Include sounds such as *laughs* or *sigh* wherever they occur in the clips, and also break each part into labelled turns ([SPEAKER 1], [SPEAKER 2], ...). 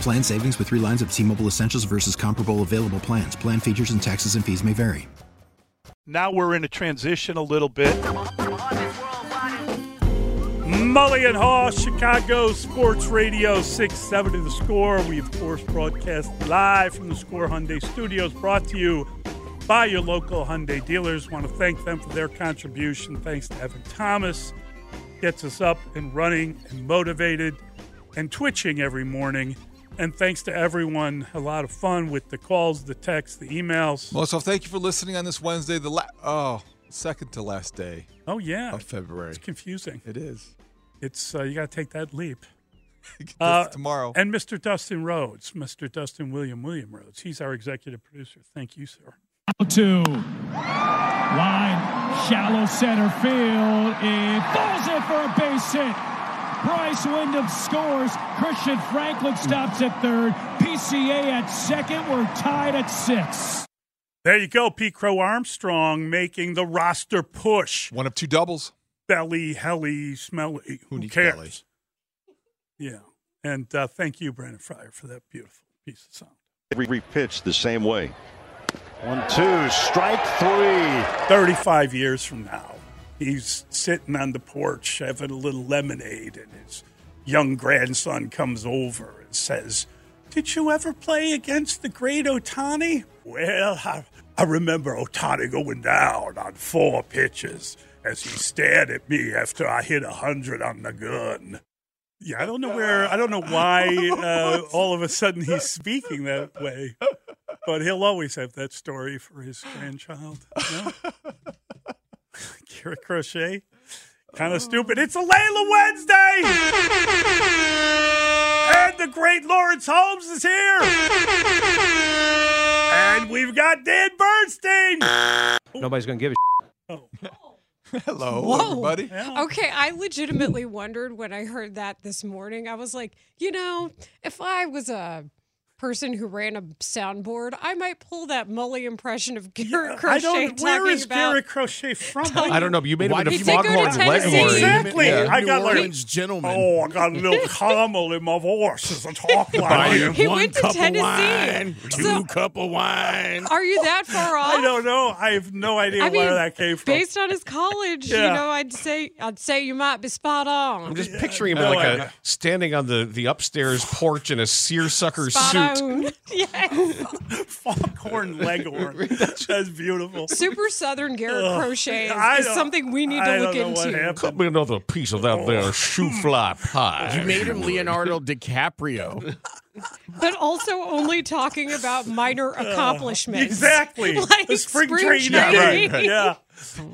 [SPEAKER 1] Plan savings with three lines of T Mobile Essentials versus comparable available plans. Plan features and taxes and fees may vary.
[SPEAKER 2] Now we're in a transition a little bit. Mully and Haw, Chicago Sports Radio 670 The Score. We, of course, broadcast live from the Score Hyundai Studios, brought to you by your local Hyundai dealers. Want to thank them for their contribution. Thanks to Evan Thomas. Gets us up and running and motivated and twitching every morning. And thanks to everyone. A lot of fun with the calls, the texts, the emails.
[SPEAKER 3] Well, so thank you for listening on this Wednesday, the la- oh second to last day
[SPEAKER 2] Oh, yeah. *laughs*
[SPEAKER 3] of February.
[SPEAKER 2] It's confusing.
[SPEAKER 3] It is. *laughs*
[SPEAKER 2] It's uh, you got to take that leap.
[SPEAKER 3] It's
[SPEAKER 2] Uh,
[SPEAKER 3] tomorrow.
[SPEAKER 2] And Mr. Dustin Rhodes, Mr. Dustin William William Rhodes. He's our executive producer. Thank you, sir.
[SPEAKER 4] Two. Line, shallow center field. It falls in for a base hit. Bryce Wyndham scores. Christian Franklin stops at third. PCA at second. We're tied at six.
[SPEAKER 2] There you go, Pete Crow Armstrong making the roster push.
[SPEAKER 3] One of two doubles.
[SPEAKER 2] Belly, helly, smelly. Who,
[SPEAKER 3] needs
[SPEAKER 2] cares?
[SPEAKER 3] belly?
[SPEAKER 2] Yeah. And uh, thank you, Brandon Fryer, for that beautiful piece of sound.
[SPEAKER 5] every pitch the same way. One, two, strike three.
[SPEAKER 2] 35 years from now, he's sitting on the porch having a little lemonade, and his young grandson comes over and says, Did you ever play against the great Otani? Well, I, I remember Otani going down on four pitches as he stared at me after I hit a 100 on the gun. Yeah, I don't know where, I don't know why uh, all of a sudden he's speaking that way, but he'll always have that story for his grandchild. No? Kira Crochet. Kind of stupid. It's a Layla Wednesday! And the great Lawrence Holmes is here! And we've got Dan Bernstein!
[SPEAKER 6] Nobody's going to give a
[SPEAKER 2] Oh,
[SPEAKER 3] Hello, everybody.
[SPEAKER 2] yeah.
[SPEAKER 7] Okay, I legitimately wondered when I heard that this morning. I was like, you know, if I was a person who ran a soundboard, I might pull that Mully impression of Garrett
[SPEAKER 2] Yeah, I
[SPEAKER 7] Crochet
[SPEAKER 2] don't, where
[SPEAKER 7] talking
[SPEAKER 2] is
[SPEAKER 7] about.
[SPEAKER 2] Garrett Crochet from?
[SPEAKER 6] I don't know. But you made
[SPEAKER 8] Why
[SPEAKER 6] him
[SPEAKER 8] did
[SPEAKER 6] into
[SPEAKER 7] he go to
[SPEAKER 6] Foghorn
[SPEAKER 7] Tennessee?
[SPEAKER 6] Leghorn.
[SPEAKER 2] Exactly.
[SPEAKER 8] Yeah.
[SPEAKER 2] I got
[SPEAKER 8] New
[SPEAKER 2] like,
[SPEAKER 8] Orleans gentleman.
[SPEAKER 2] oh, I got a little caramel in my voice as I talk like him.
[SPEAKER 7] He went to Tennessee.
[SPEAKER 8] two
[SPEAKER 7] So-
[SPEAKER 8] cup of *laughs* wine.
[SPEAKER 7] Are you that far off?
[SPEAKER 2] I don't know. I have no idea
[SPEAKER 7] I
[SPEAKER 2] where
[SPEAKER 7] mean,
[SPEAKER 2] that came from.
[SPEAKER 7] Based on his college,
[SPEAKER 2] Yeah.
[SPEAKER 7] you know, I'd say I'd say you might be spot on.
[SPEAKER 8] I'm just picturing him
[SPEAKER 2] no,
[SPEAKER 8] like
[SPEAKER 2] I-
[SPEAKER 8] a, standing on the,
[SPEAKER 2] *laughs*
[SPEAKER 8] the upstairs porch in a seersucker
[SPEAKER 7] spot
[SPEAKER 8] suit.
[SPEAKER 7] on. *laughs* Yes.
[SPEAKER 2] Foghorn Leghorn. That's beautiful.
[SPEAKER 7] Super Southern Garrett
[SPEAKER 2] Ugh.
[SPEAKER 7] Crochet
[SPEAKER 2] I
[SPEAKER 7] is, is
[SPEAKER 2] don't-
[SPEAKER 7] something we need
[SPEAKER 2] I
[SPEAKER 7] to look
[SPEAKER 2] don't know what
[SPEAKER 7] into.
[SPEAKER 2] happened. Oh.
[SPEAKER 8] Cut me another piece of that there shoe fly
[SPEAKER 2] *laughs*
[SPEAKER 8] pie.
[SPEAKER 6] You made him Leonardo DiCaprio.
[SPEAKER 7] *laughs* but also only talking about minor accomplishments.
[SPEAKER 2] Exactly.
[SPEAKER 7] *laughs* Like
[SPEAKER 2] the spring,
[SPEAKER 7] spring
[SPEAKER 2] training.
[SPEAKER 7] training.
[SPEAKER 2] *laughs*
[SPEAKER 7] *laughs*
[SPEAKER 2] Yeah.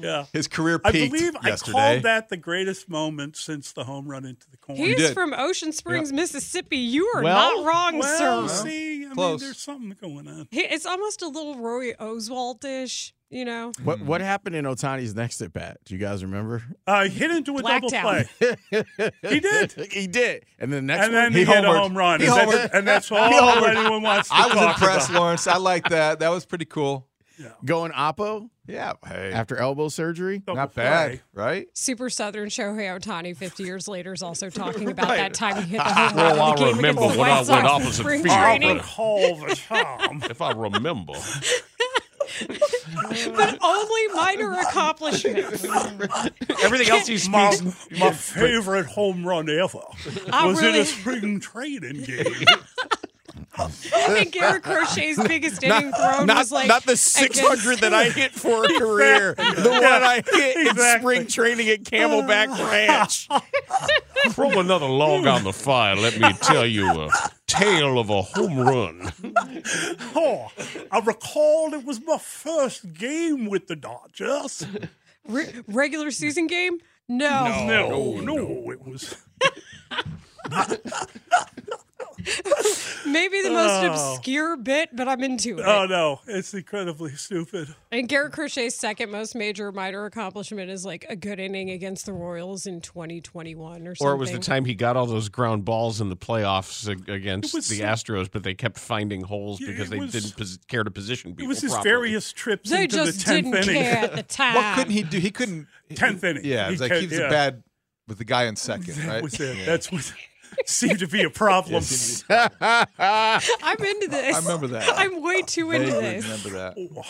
[SPEAKER 2] Yeah.
[SPEAKER 3] His career
[SPEAKER 2] I
[SPEAKER 3] peaked
[SPEAKER 2] believe
[SPEAKER 3] yesterday.
[SPEAKER 2] I called that the greatest moment since the home run into the corner.
[SPEAKER 7] He
[SPEAKER 3] did.
[SPEAKER 7] is from Ocean Springs, Mississippi. You are
[SPEAKER 8] Well-
[SPEAKER 7] not wrong,
[SPEAKER 2] well,
[SPEAKER 7] sir.
[SPEAKER 2] see, I
[SPEAKER 3] Close.
[SPEAKER 2] mean, there's something going on.
[SPEAKER 7] He, it's almost a little Roy Oswald-ish, you know.
[SPEAKER 6] what what happened in Otani's next at bat? Do you guys remember?
[SPEAKER 2] Uh, he hit into a double
[SPEAKER 3] *laughs*
[SPEAKER 7] Blacktown.
[SPEAKER 2] play. he did.
[SPEAKER 6] he did, and then the next
[SPEAKER 2] And
[SPEAKER 6] one
[SPEAKER 2] then he, hit a
[SPEAKER 6] homered.
[SPEAKER 2] home run.
[SPEAKER 3] *laughs* He
[SPEAKER 2] and, that's,
[SPEAKER 3] homered.
[SPEAKER 2] and that's all anyone wants to
[SPEAKER 3] I was
[SPEAKER 2] talk
[SPEAKER 3] impressed,
[SPEAKER 2] about.
[SPEAKER 3] Lawrence. I like that. That was pretty cool.
[SPEAKER 6] going Oppo
[SPEAKER 3] Yeah. Hey,
[SPEAKER 6] after elbow
[SPEAKER 7] *laughs*
[SPEAKER 6] surgery.
[SPEAKER 2] Double
[SPEAKER 3] not bad,
[SPEAKER 2] play.
[SPEAKER 3] right?
[SPEAKER 7] Super Southern Shohei Otani 50 years later is also talking about that time he hit the home run
[SPEAKER 8] Well,
[SPEAKER 7] in the
[SPEAKER 8] I
[SPEAKER 7] game
[SPEAKER 8] remember
[SPEAKER 7] against the
[SPEAKER 8] when
[SPEAKER 7] White
[SPEAKER 8] I went
[SPEAKER 7] Sox in
[SPEAKER 8] opposite
[SPEAKER 7] spring
[SPEAKER 3] *laughs*
[SPEAKER 8] field.
[SPEAKER 7] training.
[SPEAKER 2] All the time.
[SPEAKER 8] If I remember.
[SPEAKER 7] but only minor accomplishments.
[SPEAKER 8] Everything
[SPEAKER 2] *laughs*
[SPEAKER 8] else he
[SPEAKER 2] My,
[SPEAKER 8] speaks.
[SPEAKER 2] my favorite home run ever
[SPEAKER 7] I
[SPEAKER 2] was in
[SPEAKER 7] really-
[SPEAKER 2] a spring training
[SPEAKER 7] *laughs*
[SPEAKER 2] game.
[SPEAKER 7] And Garrett Crochet's biggest inning thrown
[SPEAKER 6] not,
[SPEAKER 7] was like
[SPEAKER 6] not the
[SPEAKER 7] against-
[SPEAKER 6] 600 that
[SPEAKER 7] *laughs*
[SPEAKER 6] I hit for a career. The one I hit in
[SPEAKER 2] Exactly.
[SPEAKER 6] spring training at
[SPEAKER 2] *laughs*
[SPEAKER 6] Camelback Ranch.
[SPEAKER 8] From another log on the fire, let me tell you a tale of a home run.
[SPEAKER 2] Oh, I recall it was my first game with the Dodgers.
[SPEAKER 7] Re- regular season game. Oh, No,
[SPEAKER 2] no, no, it was.
[SPEAKER 7] maybe the most obscure bit, but I'm into it.
[SPEAKER 2] Oh no, it's incredibly stupid.
[SPEAKER 7] and Garrett Crochet's second most major minor accomplishment is like a good inning against the Royals in 2021 or something.
[SPEAKER 8] Or it was the time he got all those ground balls in the playoffs ag- against
[SPEAKER 2] was
[SPEAKER 8] the
[SPEAKER 2] so-
[SPEAKER 8] Astros, but they kept finding holes
[SPEAKER 2] Yeah,
[SPEAKER 8] because
[SPEAKER 2] it
[SPEAKER 8] they
[SPEAKER 2] was-
[SPEAKER 8] didn't pos- care to position people.
[SPEAKER 2] It was his
[SPEAKER 8] properly.
[SPEAKER 2] various trips
[SPEAKER 7] They
[SPEAKER 2] into
[SPEAKER 7] just
[SPEAKER 2] the
[SPEAKER 7] didn't
[SPEAKER 2] tenth inning.
[SPEAKER 8] *laughs*
[SPEAKER 7] care at the time.
[SPEAKER 3] What couldn't he do? He couldn't.
[SPEAKER 2] *laughs*
[SPEAKER 3] he-
[SPEAKER 2] Tenth inning.
[SPEAKER 3] Yeah,
[SPEAKER 2] He
[SPEAKER 3] it's like
[SPEAKER 2] kept-
[SPEAKER 3] he was
[SPEAKER 2] yeah.
[SPEAKER 3] a bad with the guy in
[SPEAKER 2] *laughs*
[SPEAKER 3] second,
[SPEAKER 2] That
[SPEAKER 3] right?
[SPEAKER 2] was it. That's what *laughs* seemed to be a problem. *laughs*
[SPEAKER 7] I'm into this.
[SPEAKER 3] I remember that.
[SPEAKER 7] *laughs* I'm way too
[SPEAKER 3] Vaguely
[SPEAKER 7] into this.
[SPEAKER 3] remember that.
[SPEAKER 2] Oh,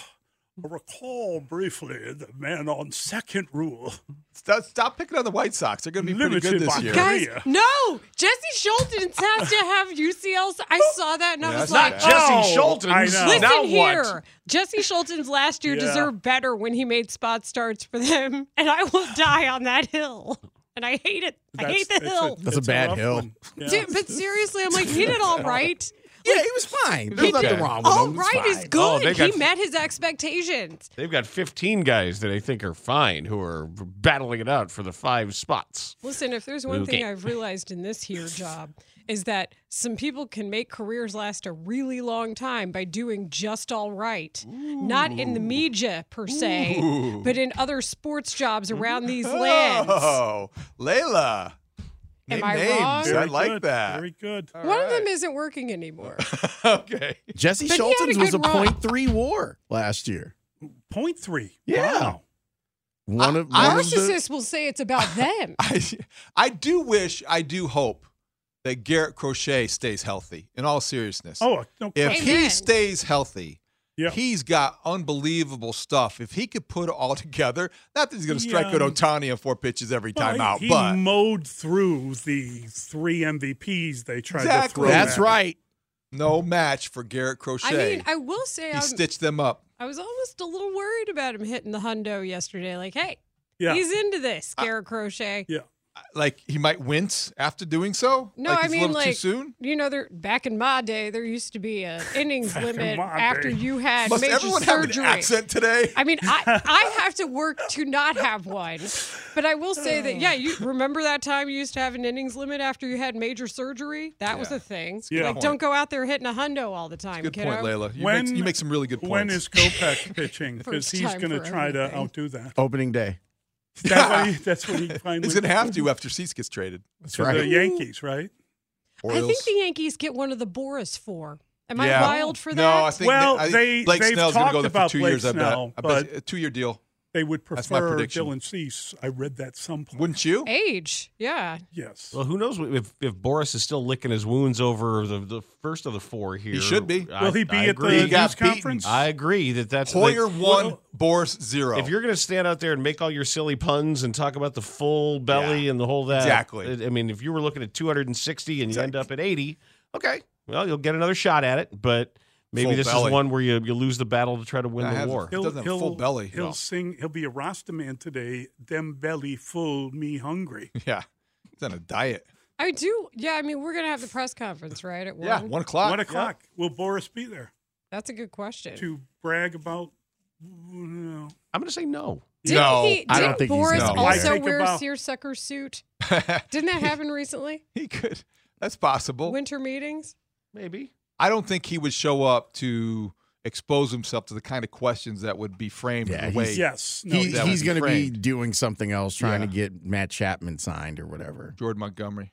[SPEAKER 2] I recall briefly the man on second rule.
[SPEAKER 3] Stop, stop picking on the White Sox. They're going to be pretty
[SPEAKER 2] Limited
[SPEAKER 3] good this
[SPEAKER 2] by-
[SPEAKER 3] year.
[SPEAKER 7] Guys,
[SPEAKER 2] Korea.
[SPEAKER 7] no! Jesse Schultz has to have UCLs. I saw that and I
[SPEAKER 3] Yeah, that's
[SPEAKER 7] was like,
[SPEAKER 8] Not
[SPEAKER 3] Okay.
[SPEAKER 8] Jesse
[SPEAKER 2] Oh,
[SPEAKER 8] Schultz.
[SPEAKER 2] I know.
[SPEAKER 7] Listen
[SPEAKER 8] now
[SPEAKER 7] here.
[SPEAKER 8] what?
[SPEAKER 7] Jesse Schultons last year
[SPEAKER 2] Yeah.
[SPEAKER 7] deserved better when he made spot starts for them, *laughs* and I will die on that hill. And I hate it. I hate the hill.
[SPEAKER 6] That's a bad
[SPEAKER 2] rough
[SPEAKER 6] hill.
[SPEAKER 2] one. Yeah.
[SPEAKER 7] Dude, but seriously, I'm like, he did all right.
[SPEAKER 6] *laughs* Yeah, he was fine. There's
[SPEAKER 8] Okay.
[SPEAKER 6] nothing wrong with
[SPEAKER 7] All
[SPEAKER 6] him. It was
[SPEAKER 7] right is
[SPEAKER 6] fine.
[SPEAKER 7] good.
[SPEAKER 8] Oh, they got-
[SPEAKER 7] he met his expectations.
[SPEAKER 8] They've got 15 guys that I think are fine who are battling it out for the five spots.
[SPEAKER 7] Listen, if there's one thing
[SPEAKER 8] Okay.
[SPEAKER 7] I've realized in
[SPEAKER 8] *laughs*
[SPEAKER 7] this here job is that some people can make careers last a really long time by doing just all right. Not in the media per se, but in other sports jobs
[SPEAKER 8] *laughs*
[SPEAKER 7] around these lands.
[SPEAKER 3] Oh,
[SPEAKER 2] *laughs*
[SPEAKER 3] Layla.
[SPEAKER 7] Am
[SPEAKER 3] Name
[SPEAKER 7] I
[SPEAKER 3] names.
[SPEAKER 7] wrong?
[SPEAKER 3] I
[SPEAKER 2] Very
[SPEAKER 3] like
[SPEAKER 2] good,
[SPEAKER 3] that.
[SPEAKER 2] Very good.
[SPEAKER 7] One of them isn't working anymore.
[SPEAKER 3] okay.
[SPEAKER 6] Jesse
[SPEAKER 7] But he had a
[SPEAKER 6] Schultons was a
[SPEAKER 7] good run.
[SPEAKER 6] point three war last year.
[SPEAKER 2] Point three.
[SPEAKER 6] Yeah.
[SPEAKER 2] Wow.
[SPEAKER 6] One of,
[SPEAKER 3] I
[SPEAKER 6] one of the,
[SPEAKER 7] Narcissists will say
[SPEAKER 3] *laughs*
[SPEAKER 7] it's about them.
[SPEAKER 3] I, I do wish, I do hope that Garrett Crochet stays healthy in all seriousness.
[SPEAKER 2] Oh no.
[SPEAKER 3] if
[SPEAKER 2] question.
[SPEAKER 3] he
[SPEAKER 7] Amen.
[SPEAKER 3] stays healthy,
[SPEAKER 2] Yeah.
[SPEAKER 3] he's got unbelievable stuff. If he could put it all together, not that he's going to strike
[SPEAKER 2] Yeah.
[SPEAKER 3] out Otani on four pitches every
[SPEAKER 2] Well,
[SPEAKER 3] time out,
[SPEAKER 2] he
[SPEAKER 3] but
[SPEAKER 2] mowed through the three MVPs they tried to
[SPEAKER 3] Exactly.
[SPEAKER 2] throw.
[SPEAKER 6] That's
[SPEAKER 2] at him.
[SPEAKER 6] right.
[SPEAKER 3] no match for Garrett
[SPEAKER 7] I
[SPEAKER 3] Crochet.
[SPEAKER 7] mean, I will say
[SPEAKER 3] he
[SPEAKER 7] I'm,
[SPEAKER 3] stitched them up.
[SPEAKER 7] I was almost a little worried about him hitting the hundo yesterday. Like, hey,
[SPEAKER 2] Yeah.
[SPEAKER 7] he's into this, Garrett Crochet.
[SPEAKER 2] yeah.
[SPEAKER 3] Like he might wince after doing so.
[SPEAKER 7] No,
[SPEAKER 3] like,
[SPEAKER 7] I
[SPEAKER 3] it's a
[SPEAKER 7] mean
[SPEAKER 3] little
[SPEAKER 7] like
[SPEAKER 3] too soon.
[SPEAKER 7] you know, there back in my day, there used to
[SPEAKER 3] *laughs*
[SPEAKER 7] be a innings
[SPEAKER 2] Back in
[SPEAKER 7] limit
[SPEAKER 2] my
[SPEAKER 7] after
[SPEAKER 2] day.
[SPEAKER 7] you had
[SPEAKER 3] Must
[SPEAKER 7] major
[SPEAKER 3] everyone have
[SPEAKER 7] surgery.
[SPEAKER 3] an accent today?
[SPEAKER 7] I mean,
[SPEAKER 3] *laughs*
[SPEAKER 7] I I have to work to not have one, but I will say that
[SPEAKER 3] *sighs*
[SPEAKER 7] yeah, you remember that time you used to have an innings limit after you had major surgery? That was
[SPEAKER 3] Yeah.
[SPEAKER 7] a thing.
[SPEAKER 2] good
[SPEAKER 7] like,
[SPEAKER 3] point.
[SPEAKER 7] don't go out there hitting a hundo all the time,
[SPEAKER 3] Good
[SPEAKER 7] kiddo.
[SPEAKER 3] point, Layla. You,
[SPEAKER 2] When-
[SPEAKER 3] make, you make some really good points.
[SPEAKER 2] When is
[SPEAKER 3] *laughs*
[SPEAKER 2] Kopech pitching? Because
[SPEAKER 7] First
[SPEAKER 2] he's
[SPEAKER 7] time
[SPEAKER 2] going to
[SPEAKER 7] for
[SPEAKER 2] try to
[SPEAKER 7] everything.
[SPEAKER 2] outdo that.
[SPEAKER 6] Opening day.
[SPEAKER 2] *laughs* That's what
[SPEAKER 3] *laughs*
[SPEAKER 2] he, that's what he finally.
[SPEAKER 3] he's going to have to after Cease gets traded.
[SPEAKER 6] That's
[SPEAKER 2] to
[SPEAKER 6] right.
[SPEAKER 2] the Yankees, right?
[SPEAKER 7] I think
[SPEAKER 3] Orioles.
[SPEAKER 7] the Yankees get one of the Boris four. Am
[SPEAKER 3] Yeah.
[SPEAKER 7] I wild for that?
[SPEAKER 3] No, I think
[SPEAKER 2] Well,
[SPEAKER 3] I think
[SPEAKER 2] they-
[SPEAKER 3] Blake
[SPEAKER 2] they've
[SPEAKER 3] Snell's going
[SPEAKER 2] talked
[SPEAKER 3] to go there
[SPEAKER 2] about
[SPEAKER 3] for two
[SPEAKER 2] Blake
[SPEAKER 3] years.
[SPEAKER 2] Snell,
[SPEAKER 3] I bet. I bet
[SPEAKER 2] but-
[SPEAKER 3] a two-year deal.
[SPEAKER 2] They would
[SPEAKER 3] That's my
[SPEAKER 2] prefer
[SPEAKER 3] prediction.
[SPEAKER 2] Dylan Cease. I read that some point.
[SPEAKER 3] Wouldn't you?
[SPEAKER 7] Age, yeah.
[SPEAKER 2] yes.
[SPEAKER 8] Well, who knows if, if Boris is still licking his wounds over the, the first of the four here.
[SPEAKER 3] should be.
[SPEAKER 8] I-
[SPEAKER 2] Will he be
[SPEAKER 8] I
[SPEAKER 2] at the
[SPEAKER 8] agree.
[SPEAKER 3] He got
[SPEAKER 2] news
[SPEAKER 3] beaten.
[SPEAKER 2] conference?
[SPEAKER 8] I agree that that's
[SPEAKER 3] Hoyer
[SPEAKER 8] that-
[SPEAKER 3] one, Boris zero.
[SPEAKER 8] If you're going to stand out there and make all your silly puns and talk about the full belly
[SPEAKER 3] Yeah.
[SPEAKER 8] and the whole that,
[SPEAKER 3] Exactly.
[SPEAKER 8] I I mean, if you were looking at 260 and you end up at 80, okay, well, you'll get another shot at it, but maybe
[SPEAKER 3] Full
[SPEAKER 8] this
[SPEAKER 3] belly.
[SPEAKER 8] is one where you, you lose the battle to try to win
[SPEAKER 3] I
[SPEAKER 8] the
[SPEAKER 3] have-
[SPEAKER 8] war.
[SPEAKER 3] Doesn't have full belly.
[SPEAKER 2] He'll
[SPEAKER 3] No.
[SPEAKER 2] sing. He'll be a Rasta man today. Them belly full, me hungry.
[SPEAKER 3] *laughs* yeah, it's on a diet.
[SPEAKER 7] I do. Yeah, I mean, we're gonna have the press conference, right? At one.
[SPEAKER 3] Yeah, one o'clock.
[SPEAKER 2] One
[SPEAKER 3] Yeah.
[SPEAKER 2] o'clock. Will Boris be there
[SPEAKER 7] That's a good question.
[SPEAKER 2] to brag about? No.
[SPEAKER 8] I'm going to say no.
[SPEAKER 7] Didn't
[SPEAKER 3] No,
[SPEAKER 7] he, didn't
[SPEAKER 6] I don't think he's
[SPEAKER 7] Boris
[SPEAKER 6] gonna.
[SPEAKER 2] I
[SPEAKER 7] also
[SPEAKER 2] think
[SPEAKER 7] wear a
[SPEAKER 2] about-
[SPEAKER 3] *laughs*
[SPEAKER 7] seersucker suit? Didn't that happen recently?
[SPEAKER 3] He could. That's possible.
[SPEAKER 7] Winter meetings.
[SPEAKER 8] Maybe.
[SPEAKER 3] I don't think he would show up to expose himself to the kind of questions that would be framed
[SPEAKER 6] Yeah,
[SPEAKER 3] the
[SPEAKER 6] he's-
[SPEAKER 3] way
[SPEAKER 2] Yes. No.
[SPEAKER 6] He,
[SPEAKER 3] that
[SPEAKER 6] he's
[SPEAKER 3] would be
[SPEAKER 6] going to be
[SPEAKER 3] framed.
[SPEAKER 6] doing something else, trying to
[SPEAKER 3] Yeah.
[SPEAKER 6] get Matt Chapman signed or whatever.
[SPEAKER 3] Jordan Montgomery.